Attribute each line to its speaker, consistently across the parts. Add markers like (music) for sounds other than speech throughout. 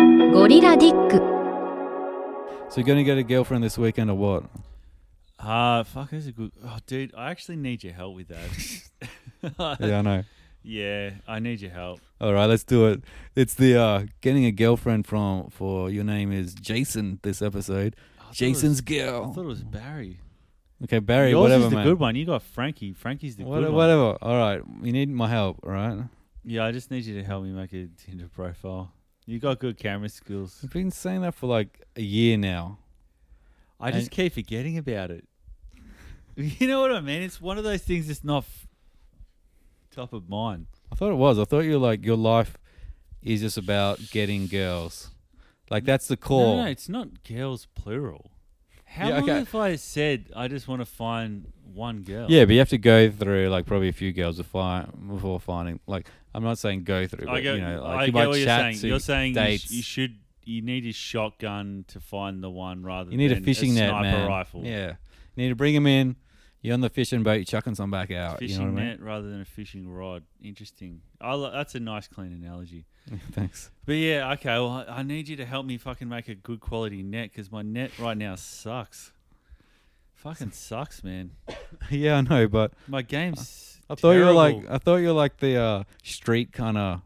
Speaker 1: ゴリラディック
Speaker 2: So you're gonna get a girlfriend this weekend or
Speaker 3: (laughs)
Speaker 2: what?
Speaker 3: Ah, fuck, that's a good. Oh, dude, I actually need your help with that.
Speaker 2: (laughs)
Speaker 3: (laughs)
Speaker 2: Yeah, I know.
Speaker 3: Yeah, I need your help.
Speaker 2: All right, let's do it. It's the uh, getting a girlfriend from for your name is Jason this episode.
Speaker 3: I thought it
Speaker 2: Jason's
Speaker 3: was- I
Speaker 2: girl.
Speaker 3: thought it was Barry.
Speaker 2: Okay, Barry,
Speaker 3: Yours
Speaker 2: whatever,
Speaker 3: is the
Speaker 2: man.
Speaker 3: good one. You got Frankie. Frankie's the
Speaker 2: What-
Speaker 3: good one.
Speaker 2: whatever. All right, you need my help. All right.
Speaker 3: Yeah, I just need you to help me make a Tinder profile. You got good camera skills.
Speaker 2: I've been saying that for like a year now.
Speaker 3: I just
Speaker 2: And-
Speaker 3: keep forgetting about it. (laughs) You know what I mean? It's one of those things that's not f- top of mind.
Speaker 2: I thought it was. I thought you're like your life is just about getting girls. Like that's the core.
Speaker 3: No, no, no, it's not girls plural. How
Speaker 2: Yeah,
Speaker 3: long
Speaker 2: okay.
Speaker 3: have I said I just want to find one girl?
Speaker 2: Yeah, but you have to go through like probably a few girls before before finding. Like I'm not saying go through, but
Speaker 3: I get,
Speaker 2: you know, like
Speaker 3: I
Speaker 2: you
Speaker 3: get
Speaker 2: might
Speaker 3: what you're
Speaker 2: chat
Speaker 3: saying.
Speaker 2: to
Speaker 3: You're saying you, sh-
Speaker 2: dates.
Speaker 3: you should you need a shotgun to find the one rather
Speaker 2: You need a
Speaker 3: than
Speaker 2: fishing net,
Speaker 3: sniper
Speaker 2: man.
Speaker 3: rifle.
Speaker 2: Yeah, you need to bring them in. You're on the fishing boat. You're chucking some back out.
Speaker 3: Fishing
Speaker 2: you know what I mean?
Speaker 3: net rather than a fishing rod. Interesting. I lo- that's a nice, clean analogy.
Speaker 2: (laughs) Thanks.
Speaker 3: But yeah, okay. Well, I, I need you to help me fucking make a good quality net because my net right now sucks. Fucking sucks, man.
Speaker 2: yeah, I know, but
Speaker 3: My game's.
Speaker 2: I thought you were like
Speaker 3: terrible.
Speaker 2: I thought you were like the uh, street kind of.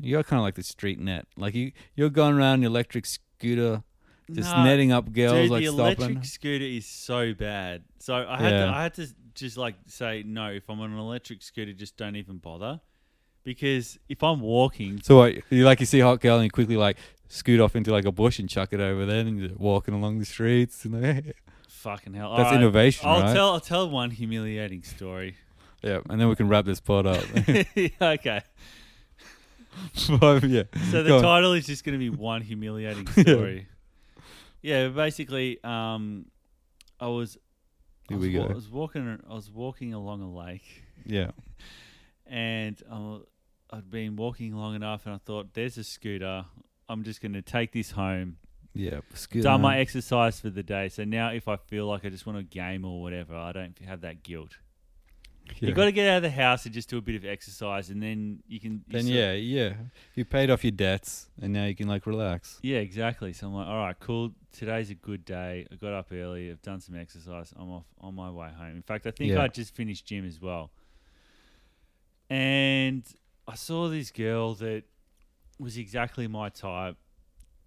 Speaker 2: You're kind of like the street net. Like you, you're going around your electric scooter, just
Speaker 3: Nah,
Speaker 2: netting up girls,
Speaker 3: Dude,
Speaker 2: like
Speaker 3: the
Speaker 2: stopping.
Speaker 3: electric scooter is so bad. So I had to,
Speaker 2: Yeah.
Speaker 3: I had to just like say no. If I'm on an electric scooter, just don't even bother, because if I'm walking,
Speaker 2: So what, you like you see a hot girl and you quickly like scoot off into like a bush and chuck it over there, and you're walking along the streets. (laughs) And like,
Speaker 3: fucking hell,
Speaker 2: That's innovation,
Speaker 3: I'll
Speaker 2: right?
Speaker 3: tell, I'll tell one
Speaker 2: (laughs)
Speaker 3: humiliating story. (laughs)
Speaker 2: yeah, and then we can wrap this pod up. (laughs)
Speaker 3: okay,
Speaker 2: But, yeah. go
Speaker 3: so the
Speaker 2: on.
Speaker 3: title is just going to be
Speaker 2: (laughs)
Speaker 3: one humiliating story. yeah, basically, um, I was, I
Speaker 2: Here
Speaker 3: was
Speaker 2: we
Speaker 3: wa-
Speaker 2: go.
Speaker 3: I was walking, I was walking along a lake.
Speaker 2: Yeah.
Speaker 3: and i I'd been walking long enough, and I thought, "There's a scooter. I'm just going to take this home.
Speaker 2: Yeah. Scooter.
Speaker 3: Done my
Speaker 2: man.
Speaker 3: exercise for the day. So now, if I feel like I just want to game or whatever, I don't have that guilt.
Speaker 2: Yeah.
Speaker 3: You've got to get out of the house and just do a bit of exercise, and then you can. you
Speaker 2: Then
Speaker 3: sort-
Speaker 2: yeah, yeah. You paid off your debts and now you can like relax.
Speaker 3: Yeah, exactly. So I'm like, all right, cool. Today's a good day. I got up early. I've done some exercise. I'm off on my way home. In fact, I think
Speaker 2: Yeah.
Speaker 3: I just finished gym as well. And I saw this girl that was exactly my type.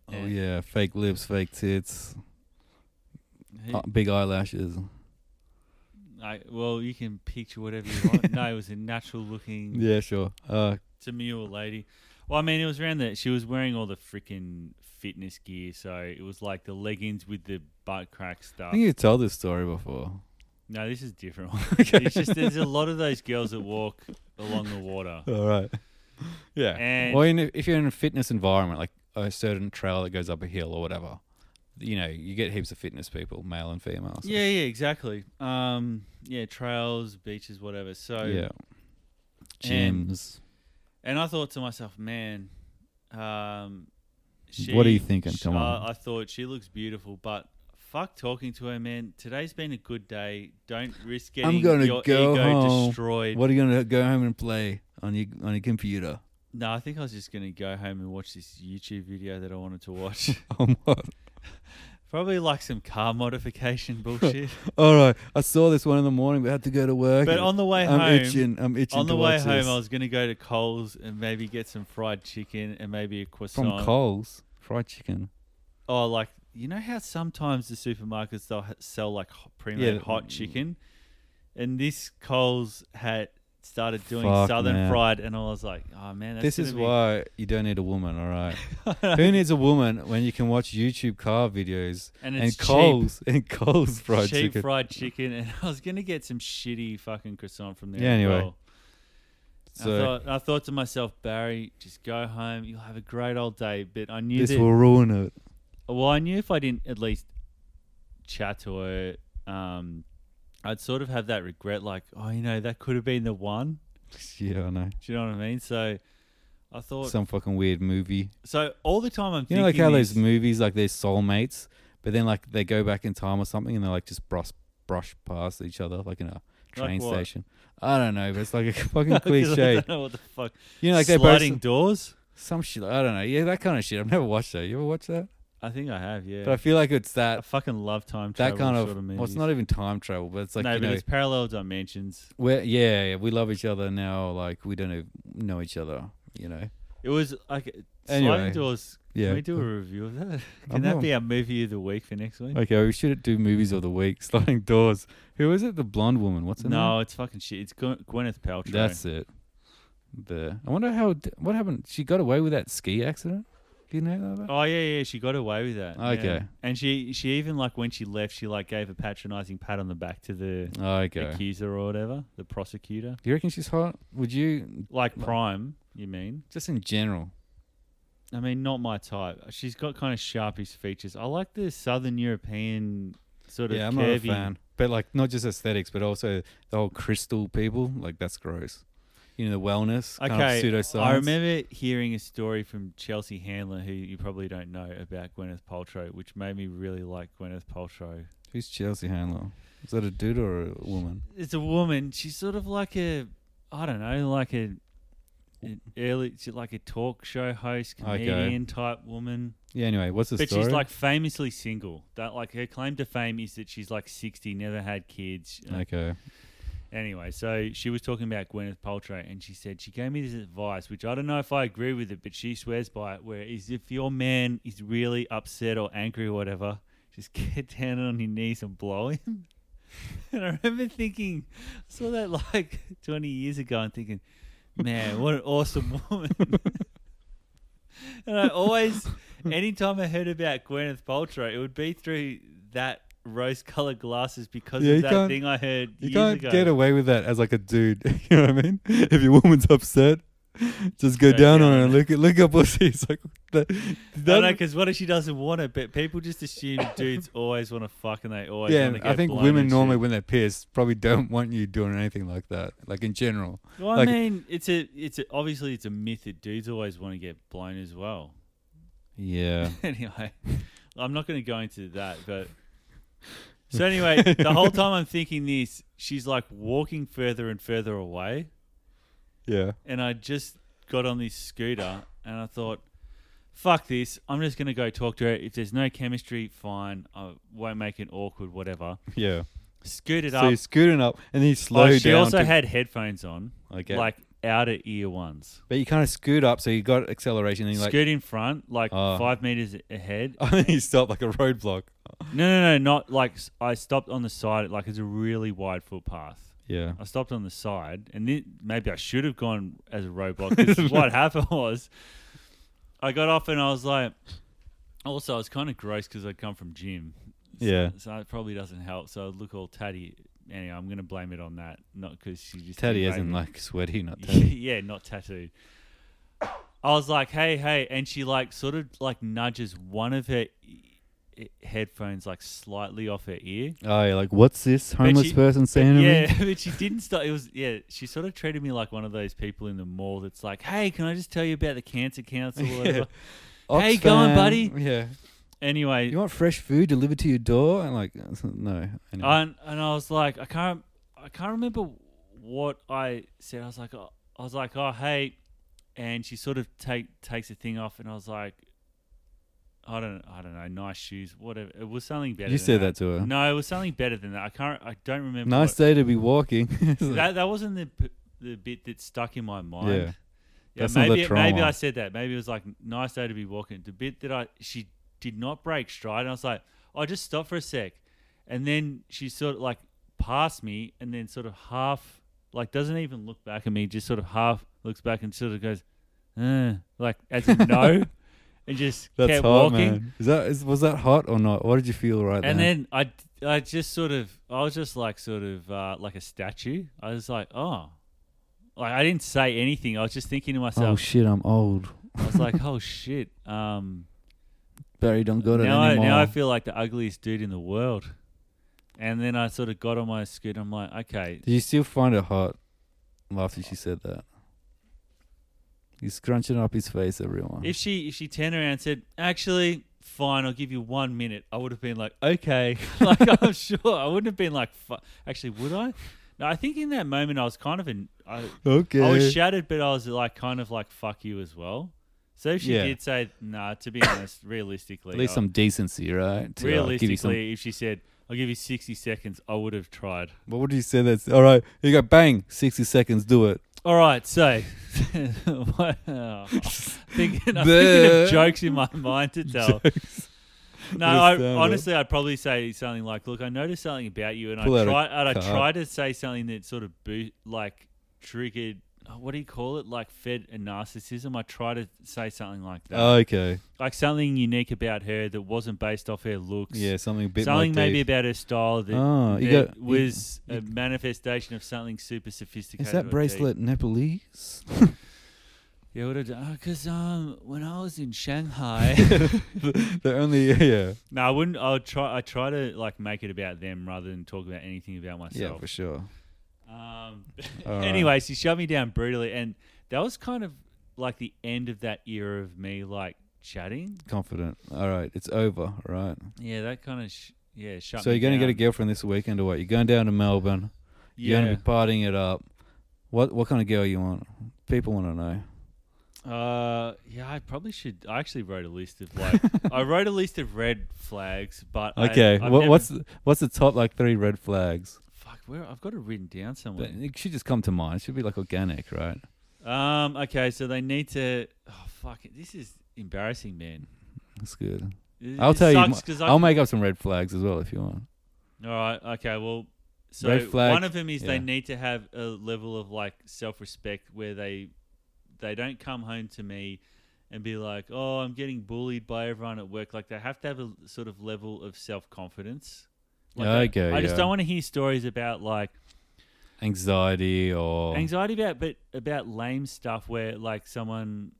Speaker 2: Oh
Speaker 3: And
Speaker 2: yeah, fake lips, fake tits,
Speaker 3: who-
Speaker 2: uh, big eyelashes.
Speaker 3: I, well, you can picture whatever
Speaker 2: (laughs)
Speaker 3: you want. no, it was a natural looking
Speaker 2: Yeah, sure. Uh,
Speaker 3: demure lady. Well, I mean, it was around that she was wearing all the freaking fitness gear, so it was like the leggings with the butt crack
Speaker 2: I
Speaker 3: stuff.
Speaker 2: think you told this story before.
Speaker 3: No, this is (laughs) different. It's just there's a lot of those girls that walk along the water.
Speaker 2: (laughs) All right. Yeah.
Speaker 3: And-
Speaker 2: or in a, if you're in a fitness environment, like a certain trail that goes up a hill or whatever, you know, you get heaps of fitness people, male and female. so-
Speaker 3: Yeah, yeah, exactly. Um, yeah, trails, beaches, whatever. So,
Speaker 2: Yeah.
Speaker 3: And-
Speaker 2: Gyms.
Speaker 3: and I thought to myself, man, um, she,
Speaker 2: What are you thinking?
Speaker 3: sh-
Speaker 2: Come on.
Speaker 3: I, I thought she looks beautiful, but fuck talking to her, man. Today's been a good day. Don't risk getting
Speaker 2: I'm gonna
Speaker 3: your
Speaker 2: go
Speaker 3: ego
Speaker 2: home.
Speaker 3: destroyed.
Speaker 2: What are you gonna go home and play on your on your (laughs) computer?
Speaker 3: No, I think I was just gonna go home and watch this YouTube video that I wanted
Speaker 2: (laughs)
Speaker 3: to watch.
Speaker 2: Oh my
Speaker 3: Probably like some
Speaker 2: (laughs)
Speaker 3: car modification bullshit.
Speaker 2: All right, I saw this one in the morning, but I had to go to work.
Speaker 3: But on the way
Speaker 2: I'm
Speaker 3: home-
Speaker 2: itching. I'm itching.
Speaker 3: On the
Speaker 2: to
Speaker 3: way
Speaker 2: watch
Speaker 3: home,
Speaker 2: this.
Speaker 3: I was going to go to Coles and maybe get some fried chicken and maybe a
Speaker 2: from
Speaker 3: croissant.
Speaker 2: Coles fried chicken.
Speaker 3: Oh, like you know how sometimes the supermarkets they'll ha- sell like ho- pre-made
Speaker 2: Yeah.
Speaker 3: hot chicken, and this Coles had started doing
Speaker 2: Fuck,
Speaker 3: Southern
Speaker 2: man.
Speaker 3: fried, and I was like, oh man, that's
Speaker 2: this
Speaker 3: gonna
Speaker 2: is
Speaker 3: be-
Speaker 2: why you don't need a woman. All right,
Speaker 3: (laughs)
Speaker 2: who needs a woman when you can watch YouTube car videos
Speaker 3: And
Speaker 2: and
Speaker 3: it's cheap.
Speaker 2: Coles (laughs) and Coles fried
Speaker 3: cheap
Speaker 2: chicken?
Speaker 3: fried chicken, and (laughs) I was going to get some shitty fucking croissant from there.
Speaker 2: Yeah,
Speaker 3: as
Speaker 2: anyway.
Speaker 3: well. I,
Speaker 2: so
Speaker 3: thought, I thought to myself, Barry, just go home. You'll have a great old day. But I knew
Speaker 2: this
Speaker 3: that
Speaker 2: will ruin it.
Speaker 3: Well, I knew if I didn't at least chat to her, um, I'd sort of have that regret, like, oh, you know, that could have been the one.
Speaker 2: Yeah, I know.
Speaker 3: Do you know what I mean? So I thought.
Speaker 2: Some fucking weird movie.
Speaker 3: so all the time I'm
Speaker 2: You
Speaker 3: thinking,
Speaker 2: know, like how
Speaker 3: this,
Speaker 2: those movies, like they're soulmates, but then like they go back in time or something, and they like just brush brush past each other, like in a train
Speaker 3: what? (laughs)
Speaker 2: station. I don't know, but it's like a fucking
Speaker 3: (laughs) 'Cause I
Speaker 2: cliche.
Speaker 3: don't know what the fuck.
Speaker 2: You know, like they both
Speaker 3: sliding doors.
Speaker 2: Some shit. I don't know. Yeah, that kind of shit. I've never watched that. You ever watched that?
Speaker 3: I think I have, yeah.
Speaker 2: But I feel like it's
Speaker 3: I
Speaker 2: that
Speaker 3: fucking love time
Speaker 2: that
Speaker 3: travel.
Speaker 2: kind of.
Speaker 3: sort of
Speaker 2: well, it's not
Speaker 3: movies.
Speaker 2: even time travel, but it's like
Speaker 3: no,
Speaker 2: you
Speaker 3: but
Speaker 2: know,
Speaker 3: it's parallel dimensions.
Speaker 2: we're, yeah, yeah, we love each other now. Like we don't even know each other. You know.
Speaker 3: It was like
Speaker 2: Anyway,
Speaker 3: sliding doors.
Speaker 2: Yeah.
Speaker 3: Can we do a review of that? Can
Speaker 2: I'm
Speaker 3: that
Speaker 2: not-
Speaker 3: be our movie of the week for next week?
Speaker 2: Okay, we should do movies of the week. (laughs) Sliding Doors. Who is it? The blonde woman. What's her name?
Speaker 3: no, it's fucking shit. It's Gwy- Gwyneth Paltrow.
Speaker 2: That's it. The I wonder how d- what happened. She got away with that ski accident. Do you know that?
Speaker 3: Oh yeah, yeah. She got away with that. yeah.
Speaker 2: Okay.
Speaker 3: And she she even like when she left, she like gave a patronizing pat on the back to the
Speaker 2: Oh, okay. Do
Speaker 3: accuser or whatever, the prosecutor.
Speaker 2: you reckon she's hot? Would you
Speaker 3: Like
Speaker 2: Well-
Speaker 3: Prime, you mean?
Speaker 2: just in general?
Speaker 3: I mean, not my type. She's got kind of sharpish features. I like the Southern European sort of
Speaker 2: Yeah, I'm
Speaker 3: curvy.
Speaker 2: not a fan. But like not just aesthetics, but also the whole crystal people. Like that's gross. You know the wellness. Kind
Speaker 3: Okay,
Speaker 2: Of pseudoscience.
Speaker 3: I remember hearing a story from Chelsea Handler, who you probably don't know, about Gwyneth Paltrow, which made me really like Gwyneth Paltrow.
Speaker 2: Who's Chelsea Handler? Is that a dude or a woman?
Speaker 3: It's a woman. She's sort of like a, I don't know, like a an early, she's like a talk show host,
Speaker 2: Okay.
Speaker 3: comedian type woman.
Speaker 2: Yeah. Anyway, what's the
Speaker 3: but
Speaker 2: story?
Speaker 3: she's like famously single. That like her claim to fame is that she's like sixty, never had kids. Uh,
Speaker 2: okay.
Speaker 3: Anyway, so she was talking about Gwyneth Paltrow, and she said she gave me this advice, which I don't know if I agree with it, but she swears by it. Where is if your man is really upset or angry or whatever, just (laughs) get down on your knees and blow him. (laughs) and I remember thinking, I saw that like (laughs) twenty years ago, and thinking, man, what an awesome woman. (laughs) and I always, anytime I heard about Gwyneth Paltrow, it would be through that. Rose-colored glasses because
Speaker 2: Yeah, you
Speaker 3: of that
Speaker 2: can't-
Speaker 3: thing I heard
Speaker 2: You
Speaker 3: years
Speaker 2: can't
Speaker 3: ago.
Speaker 2: get away with that as like a dude. (laughs) you know what I mean? If your woman's upset, just go
Speaker 3: Go
Speaker 2: down on
Speaker 3: down
Speaker 2: her
Speaker 3: on
Speaker 2: and
Speaker 3: her.
Speaker 2: look at look up pussy. (laughs) It's like that,
Speaker 3: No,
Speaker 2: that,
Speaker 3: no, because what if she doesn't want it? But people
Speaker 2: (coughs)
Speaker 3: just assume dudes always want to fuck and they always
Speaker 2: yeah.
Speaker 3: want
Speaker 2: and
Speaker 3: to get
Speaker 2: I think
Speaker 3: blown
Speaker 2: women
Speaker 3: and shit.
Speaker 2: normally when they're pissed probably don't want you doing anything like that. Like in general,
Speaker 3: Well, I
Speaker 2: like-
Speaker 3: mean, it's a, it's a, obviously it's a myth that dudes always want to get blown as well. (laughs)
Speaker 2: yeah.
Speaker 3: anyway, I'm not going to go into that, but. So anyway,
Speaker 2: (laughs)
Speaker 3: the whole time I'm thinking this, she's like walking further and further away,
Speaker 2: Yeah.
Speaker 3: and I just got on this scooter and I thought, "Fuck this! I'm just going to go talk to her. If there's no chemistry, fine. I won't make it awkward, whatever."
Speaker 2: Yeah.
Speaker 3: Scooted
Speaker 2: So
Speaker 3: up.
Speaker 2: you're scooting up and then you slow
Speaker 3: oh, she
Speaker 2: down.
Speaker 3: also
Speaker 2: to-
Speaker 3: had headphones on,
Speaker 2: Okay.
Speaker 3: like outer ear ones.
Speaker 2: but you kind of scoot up, so you got acceleration, and you like (laughs)
Speaker 3: Scoot in front, like
Speaker 2: Oh.
Speaker 3: five meters ahead.
Speaker 2: and you stop like a roadblock.
Speaker 3: No, no, no, not like s- I stopped on the side. Like it's a really wide footpath.
Speaker 2: Yeah.
Speaker 3: I stopped on the side, and then maybe I should have gone as a
Speaker 2: (laughs)
Speaker 3: roadblock. Because what happened was, I got off and I was like, also I was kind of gross because I'd come from gym. So-
Speaker 2: Yeah.
Speaker 3: so it probably doesn't help. So I look all tatty. Anyway, I'm gonna blame it on that, not because she just
Speaker 2: Teddy
Speaker 3: didn't
Speaker 2: isn't
Speaker 3: rate me.
Speaker 2: like sweaty,
Speaker 3: (laughs)
Speaker 2: not tatty.
Speaker 3: yeah, not tattooed. I was like, hey, hey, and she like sort of like nudges one of her e- headphones like slightly off her ear.
Speaker 2: oh, yeah, like what's this homeless
Speaker 3: she-
Speaker 2: person saying to me?
Speaker 3: yeah, (laughs) but she didn't start. It was yeah. She sort of treated me like one of those people in the mall that's like, hey, can I just tell you about the cancer council or whatever? Hey, go on,
Speaker 2: Oxfam.
Speaker 3: buddy.
Speaker 2: Yeah.
Speaker 3: Anyway,
Speaker 2: You want fresh food delivered to your door? And like, no. Anyway.
Speaker 3: and and I was like, I can't, I can't remember what I said. I was like, oh, I was like, oh hey, and she sort of take takes a thing off, and I was like, I don't, I don't know, nice shoes, whatever. It was something better.
Speaker 2: you
Speaker 3: than
Speaker 2: said that to her.
Speaker 3: No, it was something better than that. I can't, I don't remember.
Speaker 2: nice
Speaker 3: what-
Speaker 2: day to be walking. (laughs) It's like,
Speaker 3: that that wasn't the p- the bit that stuck in my mind.
Speaker 2: Yeah.
Speaker 3: Yeah.
Speaker 2: That's not the
Speaker 3: maybe maybe
Speaker 2: trauma.
Speaker 3: I said that. Maybe it was like nice day to be walking. The bit that I she did not break stride, and I was like, I just stopped for a sec, and then she sort of like passed me, and then sort of half like doesn't even look back at me, just sort of half looks back and sort of goes, uh, like as in
Speaker 2: (laughs)
Speaker 3: no, and just
Speaker 2: that's
Speaker 3: kept
Speaker 2: hot,
Speaker 3: walking.
Speaker 2: man. Is that is, was that hot or not? What did you feel right
Speaker 3: And
Speaker 2: then?
Speaker 3: then I, I just sort of, I was just like sort of uh, like a statue. I was like, oh, like I didn't say anything. I was just thinking to
Speaker 2: oh
Speaker 3: myself,
Speaker 2: shit, I'm old.
Speaker 3: I was like, (laughs) oh shit. Um,
Speaker 2: Barry don't got it
Speaker 3: now I,
Speaker 2: anymore.
Speaker 3: now I feel like the ugliest dude in the world. And then I sort of got on my scooter. I'm like, okay,
Speaker 2: did you still find it hot after she said that? He's scrunching up his face, everyone.
Speaker 3: if she if she turned around and said, actually, fine, I'll give you one minute, I would have been like, okay, (laughs) like I'm sure I wouldn't have been like, fu- actually, would I? No, I think in that moment I was kind of in. I,
Speaker 2: okay.
Speaker 3: Oh, I was shattered, but I was like, kind of like, fuck you as well. So if she
Speaker 2: Yeah.
Speaker 3: did say, nah, to be honest, realistically,
Speaker 2: At least
Speaker 3: I-
Speaker 2: some decency, right? To, uh, give you
Speaker 3: realistically,
Speaker 2: some-
Speaker 3: if she said, I'll give you 60 seconds, I would have tried.
Speaker 2: what would you say? That's all right. You go bang, sixty seconds. Do it.
Speaker 3: All right, so (laughs) what, oh, thinking, I'm thinking
Speaker 2: Bleh.
Speaker 3: of jokes in my
Speaker 2: (laughs)
Speaker 3: mind to tell. No,
Speaker 2: What a
Speaker 3: I,
Speaker 2: sound
Speaker 3: honestly, I'd probably say something like, "Look, I noticed something about you, and
Speaker 2: Pull
Speaker 3: I
Speaker 2: out a
Speaker 3: try, and I
Speaker 2: card.
Speaker 3: try to say something that sort of boot, like triggered. oh, What do you call it? Like fed a narcissism. I try to say something like that,
Speaker 2: Okay.
Speaker 3: like something unique about her that wasn't based off her looks.
Speaker 2: Yeah, something a bit
Speaker 3: something
Speaker 2: more
Speaker 3: maybe
Speaker 2: deep.
Speaker 3: about her style that,
Speaker 2: Oh, you
Speaker 3: that
Speaker 2: got- you-
Speaker 3: was a manifestation of something super sophisticated.
Speaker 2: Is
Speaker 3: or
Speaker 2: that
Speaker 3: deep.
Speaker 2: bracelet
Speaker 3: (laughs)
Speaker 2: Nepalese?
Speaker 3: Yeah, what because um, when I was in
Speaker 2: (laughs)
Speaker 3: Shanghai.
Speaker 2: the only yeah,
Speaker 3: No, I wouldn't. I would try. I try to like make it about them rather than talk about anything about
Speaker 2: yeah,
Speaker 3: myself.
Speaker 2: for sure.
Speaker 3: um, (laughs)
Speaker 2: All right.
Speaker 3: anyway, she shoved me down brutally, and that was kind of like the end of that era of me like chatting.
Speaker 2: Confident. All right, it's over. All right.
Speaker 3: Yeah, that kind of sh- yeah. Shut
Speaker 2: So
Speaker 3: me
Speaker 2: you're gonna get a
Speaker 3: down.
Speaker 2: girlfriend this weekend or what? You're going down to Melbourne. You're
Speaker 3: yeah.
Speaker 2: gonna be partying it up. What what kind of girl you want? People want to know.
Speaker 3: Uh, yeah, I probably should. I actually wrote a list
Speaker 2: (laughs)
Speaker 3: of like I wrote a list of red flags, but
Speaker 2: Okay.
Speaker 3: I, I've
Speaker 2: what,
Speaker 3: never-
Speaker 2: What's the- what's the top like three red flags?
Speaker 3: fuck? Where I've got it written down somewhere.
Speaker 2: But It should just come to mind. It should be like organic, right?
Speaker 3: Um. Okay, so they need to. Oh fuck! it, This is embarrassing, man.
Speaker 2: That's good.
Speaker 3: It-
Speaker 2: I'll
Speaker 3: it
Speaker 2: tell you
Speaker 3: sucks
Speaker 2: my-
Speaker 3: 'cause I
Speaker 2: I'll make up some red flags as well if you want.
Speaker 3: All right. Okay. Well, so
Speaker 2: Red flag,
Speaker 3: one of them is
Speaker 2: yeah.
Speaker 3: they need to have a level of like self-respect where they they don't come home to me and be like, "Oh, I'm getting bullied by everyone at work." Like they have to have a sort of level of self-confidence. Like, I-
Speaker 2: Okay,
Speaker 3: I, just
Speaker 2: yeah.
Speaker 3: don't want to hear stories about like
Speaker 2: Anxiety or
Speaker 3: anxiety about but about lame stuff where like someone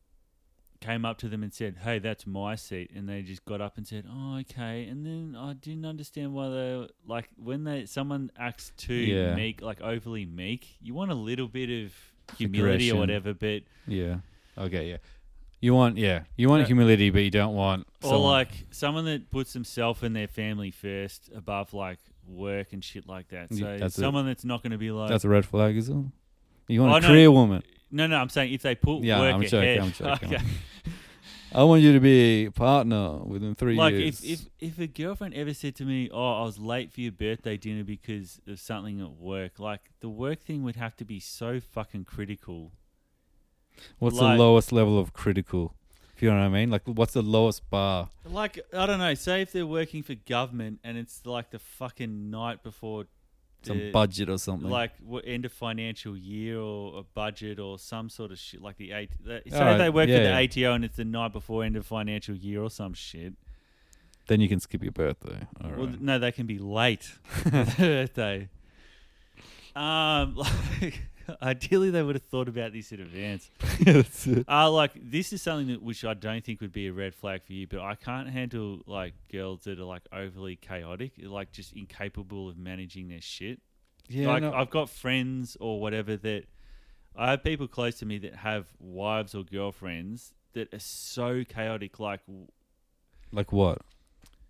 Speaker 3: came up to them and said, "Hey, that's my seat," and they just got up and said, "Oh, okay." And then I didn't understand why they like when they someone acts too
Speaker 2: Yeah.
Speaker 3: meek, like overly meek. You want a little bit of humility or
Speaker 2: Aggression.
Speaker 3: whatever, but
Speaker 2: yeah. Okay, yeah. You want yeah. You want
Speaker 3: Yeah.
Speaker 2: humility, but you don't want
Speaker 3: or
Speaker 2: someone-
Speaker 3: like someone that puts themselves and their family first above like work and shit like that.
Speaker 2: Yeah,
Speaker 3: So
Speaker 2: that's a-
Speaker 3: someone that's not going to be like
Speaker 2: that's a red flag, is it? You want
Speaker 3: Oh,
Speaker 2: a
Speaker 3: no.
Speaker 2: career woman.
Speaker 3: no, no. I'm saying if they put
Speaker 2: Yeah,
Speaker 3: work
Speaker 2: I'm joking,
Speaker 3: ahead,
Speaker 2: I'm joking.
Speaker 3: (laughs) Okay.
Speaker 2: I want you to be a partner within three
Speaker 3: like
Speaker 2: years.
Speaker 3: if, if if a girlfriend ever said to me oh i was late for your birthday dinner because of something at work like the work thing would have to be so fucking critical
Speaker 2: what's
Speaker 3: like-
Speaker 2: the lowest level of critical? If you know what I mean? Like what's the lowest bar?
Speaker 3: like i don't know say if they're working for government and it's like the fucking night before
Speaker 2: Some
Speaker 3: the-
Speaker 2: budget or something.
Speaker 3: like what end of financial year or a budget or some sort of shit like the eight the, say
Speaker 2: Alright,
Speaker 3: they work
Speaker 2: yeah, yeah.
Speaker 3: for the ato and it's the night before end of financial year or some shit
Speaker 2: then you can skip your birthday. All right. (laughs)
Speaker 3: Well, no, they can be (laughs) late for their birthday. Um, (laughs) like, ideally, they would have thought about this in advance.
Speaker 2: That's it.
Speaker 3: Uh, like this is something that which I don't think would be a red flag for you, but I can't handle like girls that are like overly chaotic, like just incapable of managing their shit.
Speaker 2: Yeah,
Speaker 3: like
Speaker 2: no,
Speaker 3: I've got friends or whatever that I have people close to me that have wives or girlfriends that are so chaotic. Like
Speaker 2: like what?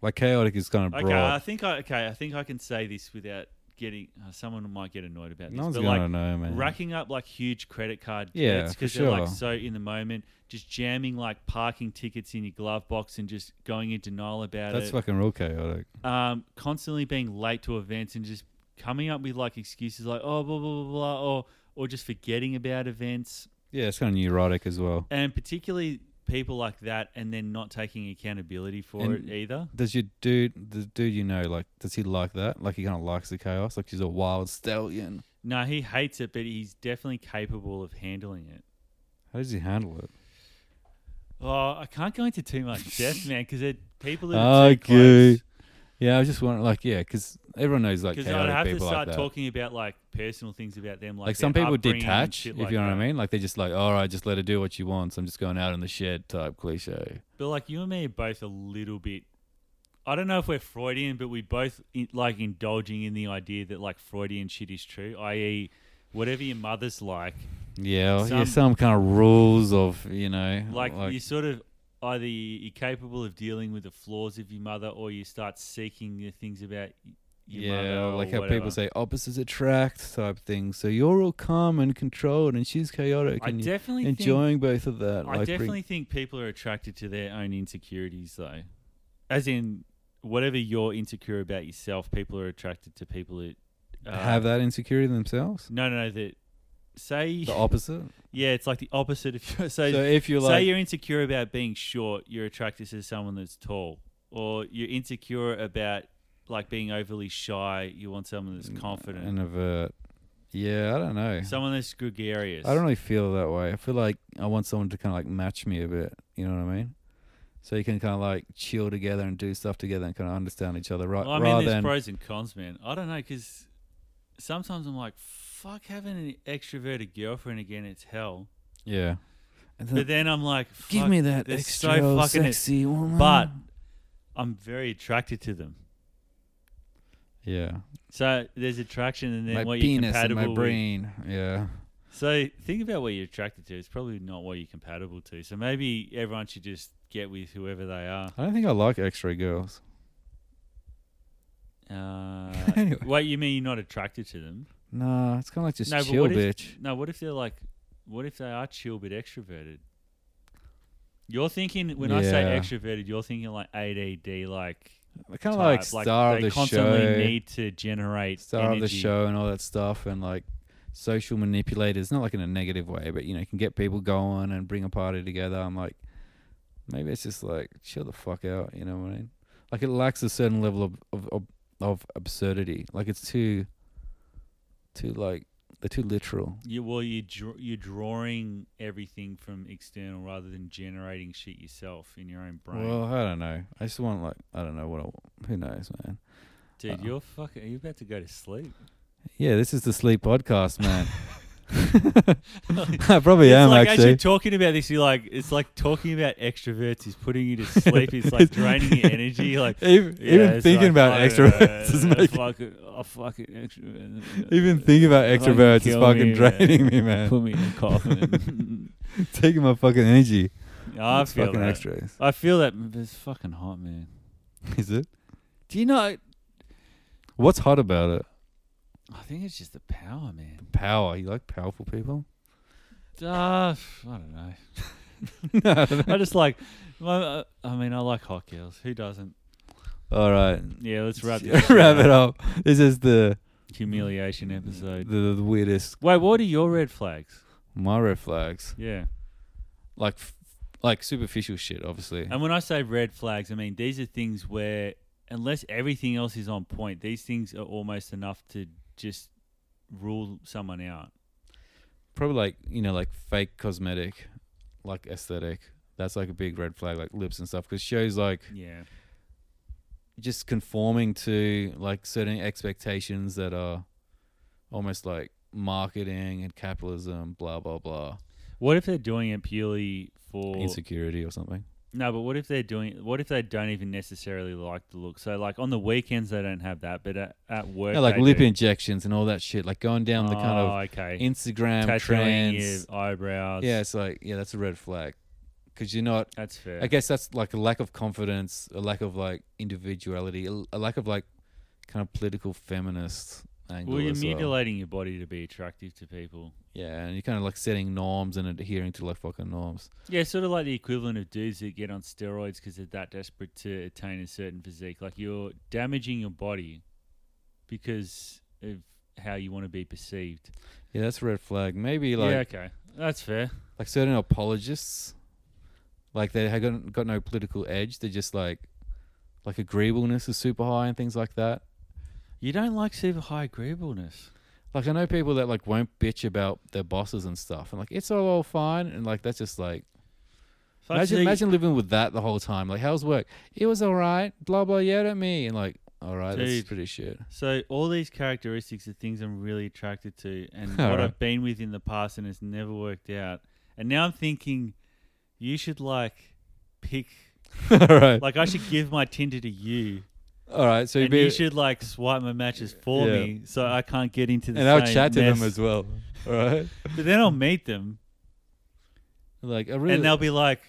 Speaker 2: Like chaotic is kind of
Speaker 3: Okay, I
Speaker 2: broad.
Speaker 3: think I okay. I think I can say this without getting uh, someone might get annoyed about this.
Speaker 2: no one's
Speaker 3: but
Speaker 2: gonna
Speaker 3: like
Speaker 2: know, man.
Speaker 3: racking up like huge credit card
Speaker 2: Yeah,
Speaker 3: debts
Speaker 2: for
Speaker 3: because they're like
Speaker 2: sure.
Speaker 3: so in the moment, just jamming like parking tickets in your glove box and just going in denial about
Speaker 2: That's
Speaker 3: it.
Speaker 2: fucking real chaotic.
Speaker 3: um, constantly being late to events and just coming up with like excuses like oh blah blah blah blah or or just forgetting about events
Speaker 2: Yeah, it's kind of neurotic as well.
Speaker 3: and particularly people like that and then not taking accountability for
Speaker 2: And-
Speaker 3: it either.
Speaker 2: Does your dude, the dude you know, like, does he like that? Like, he kind of likes the chaos. Like, she's a wild stallion.
Speaker 3: No, he hates it, but he's definitely capable of handling it.
Speaker 2: How does he handle it?
Speaker 3: Oh, I can't go into too much depth, man, because people that are too
Speaker 2: Okay.
Speaker 3: close.
Speaker 2: Yeah, I was just wondering, like, yeah, because everyone knows like
Speaker 3: Because I'd
Speaker 2: chaotic
Speaker 3: have to
Speaker 2: people like
Speaker 3: start
Speaker 2: that.
Speaker 3: talking about like personal things about them, like,
Speaker 2: like, some
Speaker 3: their
Speaker 2: people
Speaker 3: upbringing and
Speaker 2: detach,
Speaker 3: shit
Speaker 2: if
Speaker 3: like
Speaker 2: you know
Speaker 3: that.
Speaker 2: what I mean. Like, they're just like, all right, just let her do what she wants. I'm just going out in the shed type cliche.
Speaker 3: But like you and me are both a little bit. I don't know if we're Freudian, but we both in, like indulging in the idea that like Freudian shit is true, i.e., whatever your mother's like,
Speaker 2: Yeah, yeah,
Speaker 3: Some-
Speaker 2: some kind of rules of you know,
Speaker 3: like, you sort of either you're capable of dealing with the flaws of your mother or you start seeking the things about your
Speaker 2: yeah,
Speaker 3: mother or
Speaker 2: like how
Speaker 3: whatever.
Speaker 2: people say opposites attract type thing. So you're all calm and controlled, and she's chaotic,
Speaker 3: I
Speaker 2: and you're
Speaker 3: definitely think,
Speaker 2: enjoying both of that.
Speaker 3: I
Speaker 2: like, bring-
Speaker 3: definitely think people are attracted to their own insecurities though. As in whatever you're insecure about yourself, people are attracted to people that uh,
Speaker 2: have that insecurity themselves.
Speaker 3: No, no, no, that say (laughs)
Speaker 2: The opposite.
Speaker 3: yeah, it's like the opposite of your (laughs)
Speaker 2: so if you're
Speaker 3: say
Speaker 2: like,
Speaker 3: you're insecure about being short, you're attracted to someone that's tall, or you're insecure about like being overly shy, you want someone
Speaker 2: Mm,
Speaker 3: that's confident,
Speaker 2: an avert. Yeah, I don't know.
Speaker 3: someone that's gregarious.
Speaker 2: I don't really feel that way. I feel like I want someone to kind of like match me a bit. You know what I mean? So you can kind of like chill together and do stuff together and kind of understand each other, right?
Speaker 3: Well, I mean,
Speaker 2: rather
Speaker 3: there's
Speaker 2: than
Speaker 3: pros and cons, man. I don't know because sometimes I'm like, fuck, having an extroverted girlfriend again, it's hell.
Speaker 2: yeah. And then,
Speaker 3: But then I'm like,
Speaker 2: (laughs)
Speaker 3: fuck,
Speaker 2: give me that
Speaker 3: they're so
Speaker 2: extra
Speaker 3: fucking-
Speaker 2: sexy woman.
Speaker 3: but I'm very attracted to them.
Speaker 2: yeah,
Speaker 3: So there's attraction, and then
Speaker 2: my
Speaker 3: what you're
Speaker 2: penis and
Speaker 3: compatible
Speaker 2: my
Speaker 3: with.
Speaker 2: brain. Yeah.
Speaker 3: So think about what you're attracted to. It's probably not what you're compatible to. So maybe everyone should just get with whoever they are.
Speaker 2: I don't think I like X-ray girls.
Speaker 3: Uh,
Speaker 2: (laughs) Anyway.
Speaker 3: Wait, you mean you're not attracted to them?
Speaker 2: Nah, it's kind of like just
Speaker 3: No, but
Speaker 2: chill,
Speaker 3: what if-
Speaker 2: bitch.
Speaker 3: No. What if they're like? What if they are chill but extroverted? You're thinking when I say
Speaker 2: Yeah.
Speaker 3: extroverted, you're thinking like ADD, like
Speaker 2: Kind of
Speaker 3: type,
Speaker 2: like star
Speaker 3: they
Speaker 2: of the
Speaker 3: constantly
Speaker 2: show,
Speaker 3: need to generate
Speaker 2: star of the
Speaker 3: energy.
Speaker 2: show, and all that stuff, and like social manipulators. Not like in a negative way, but you know, can get people going and bring a party together. I'm like, maybe it's just like chill the fuck out. You know what I mean? Like it lacks a certain level of of of, of absurdity. Like it's too, too like they're too literal.
Speaker 3: You well, you dr- you're drawing everything from external rather than generating shit yourself in your own brain.
Speaker 2: Well, I don't know. I just want like I don't know what I want. Who knows, man?
Speaker 3: Dude,
Speaker 2: Uh-oh.
Speaker 3: you're fucking. Are you about to go to sleep?
Speaker 2: Yeah, this is the sleep podcast,
Speaker 3: (laughs)
Speaker 2: man. (laughs) I probably
Speaker 3: it's
Speaker 2: am
Speaker 3: like
Speaker 2: actually.
Speaker 3: talking about this. You like it's like talking about extroverts is putting you to sleep.
Speaker 2: (laughs)
Speaker 3: It's like draining your energy. Like
Speaker 2: even,
Speaker 3: yeah,
Speaker 2: even
Speaker 3: it's
Speaker 2: thinking
Speaker 3: like, oh,
Speaker 2: about
Speaker 3: I don't
Speaker 2: extroverts is
Speaker 3: (laughs) know, I
Speaker 2: making
Speaker 3: fucking, I fucking extrovert.
Speaker 2: even thinking about
Speaker 3: fucking
Speaker 2: extroverts is
Speaker 3: kill
Speaker 2: fucking
Speaker 3: me,
Speaker 2: draining me,
Speaker 3: Put
Speaker 2: man.
Speaker 3: me in a
Speaker 2: (laughs)
Speaker 3: (laughs) coffin.
Speaker 2: Taking my fucking energy.
Speaker 3: I
Speaker 2: It's
Speaker 3: feel
Speaker 2: fucking
Speaker 3: that.
Speaker 2: extras.
Speaker 3: I feel that. but It's fucking hot, man.
Speaker 2: (laughs) Is it?
Speaker 3: Do you know?
Speaker 2: What's hot about it?
Speaker 3: I think it's just the power, man.
Speaker 2: Power. You like powerful people?
Speaker 3: Uh, I don't know.
Speaker 2: (laughs) no.
Speaker 3: I just like. I I mean, I like hot girls. Who doesn't?
Speaker 2: All right.
Speaker 3: Yeah,
Speaker 2: (laughs)
Speaker 3: let's wrap this shit
Speaker 2: wrap it up. This is the,
Speaker 3: Humiliation
Speaker 2: the
Speaker 3: episode.
Speaker 2: the weirdest.
Speaker 3: Wait, what are your red flags?
Speaker 2: My red flags,
Speaker 3: Yeah.
Speaker 2: like f- like superficial shit, obviously.
Speaker 3: And when I say red flags, I mean these are things where unless everything else is on point, these things are almost enough to just rule someone out.
Speaker 2: Probably like you know like fake cosmetic, like aesthetic. That's like a big red flag, like lips and stuff, because shows like
Speaker 3: Yeah.
Speaker 2: just conforming to like certain expectations that are almost like marketing and capitalism, blah blah blah,
Speaker 3: What if they're doing it purely for
Speaker 2: insecurity or something.
Speaker 3: No, but what if they're doing what if they don't even necessarily like the look? So like on the weekends they don't have that, but at, at work
Speaker 2: Yeah, like
Speaker 3: they
Speaker 2: lip
Speaker 3: do.
Speaker 2: injections and all that shit, like going down the kind
Speaker 3: oh,
Speaker 2: of
Speaker 3: okay.
Speaker 2: Instagram
Speaker 3: Tattooing your
Speaker 2: trends.
Speaker 3: eyebrows.
Speaker 2: Yeah, it's like yeah, that's a red flag because you're not.
Speaker 3: That's fair.
Speaker 2: I guess that's like a lack of confidence, a lack of like individuality, a, a lack of like kind of political feminist angle.
Speaker 3: Well, you're
Speaker 2: as well.
Speaker 3: mutilating your body to be attractive to people.
Speaker 2: Yeah, and you're kind of like setting norms and adhering to like fucking norms.
Speaker 3: Yeah, sort of like the equivalent of dudes that get on steroids because they're that desperate to attain a certain physique. Like you're damaging your body because of how you want to be perceived.
Speaker 2: Yeah, that's a red flag. Maybe like
Speaker 3: yeah, okay, that's fair.
Speaker 2: like certain apologists, like they have got, got no political edge. They're just like like agreeableness is super high and things like that.
Speaker 3: You don't like super high agreeableness.
Speaker 2: Like I know people that like won't bitch about their bosses and stuff, and like it's all, all fine, and like that's just like
Speaker 3: Fuck
Speaker 2: imagine
Speaker 3: the-
Speaker 2: imagine living with that the whole time. Like how's work? It was all right. Blah blah yelled at me, and like all right,
Speaker 3: Dude.
Speaker 2: that's pretty shit. (laughs)
Speaker 3: So all these characteristics are things I'm really attracted to, and (laughs)
Speaker 2: All
Speaker 3: what
Speaker 2: right.
Speaker 3: I've been with in the past, and it's never worked out. And now I'm thinking, you should like pick.
Speaker 2: all right,
Speaker 3: Like I should give my Tinder to you.
Speaker 2: all right. So
Speaker 3: and
Speaker 2: be,
Speaker 3: you should like swipe my matches for
Speaker 2: Yeah.
Speaker 3: me so I can't get into the
Speaker 2: and I'll
Speaker 3: same
Speaker 2: chat to them
Speaker 3: mess.
Speaker 2: as well. All right,
Speaker 3: But then I'll meet them
Speaker 2: like I really
Speaker 3: and they'll be like,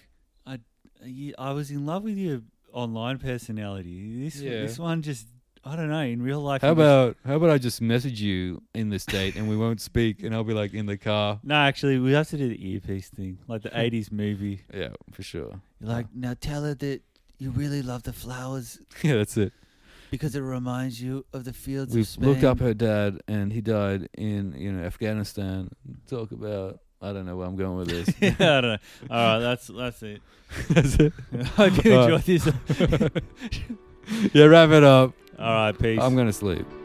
Speaker 3: I, you, I was in love with your online personality. This
Speaker 2: Yeah.
Speaker 3: this one just I don't know. In real life,
Speaker 2: How
Speaker 3: you just-
Speaker 2: about how about I just message you in this date and we won't speak and I'll be like in the car.
Speaker 3: no? Actually, we have to do the earpiece thing,
Speaker 2: (laughs)
Speaker 3: like the '80s movie.
Speaker 2: Yeah, for sure. (laughs)
Speaker 3: You're like, now tell her that you really love the flowers
Speaker 2: Yeah, that's it.
Speaker 3: because it reminds you of the fields
Speaker 2: We've
Speaker 3: of Spain.
Speaker 2: looked up her dad and he died in, you know, Afghanistan. Talk about I don't know where I'm going with
Speaker 3: (laughs)
Speaker 2: this. (laughs)
Speaker 3: yeah, (laughs) I don't know. All right, that's that's it.
Speaker 2: that's it.
Speaker 3: (laughs) I do
Speaker 2: All
Speaker 3: enjoy
Speaker 2: right.
Speaker 3: this.
Speaker 2: yeah, wrap it up.
Speaker 3: All right, peace.
Speaker 2: I'm gonna sleep.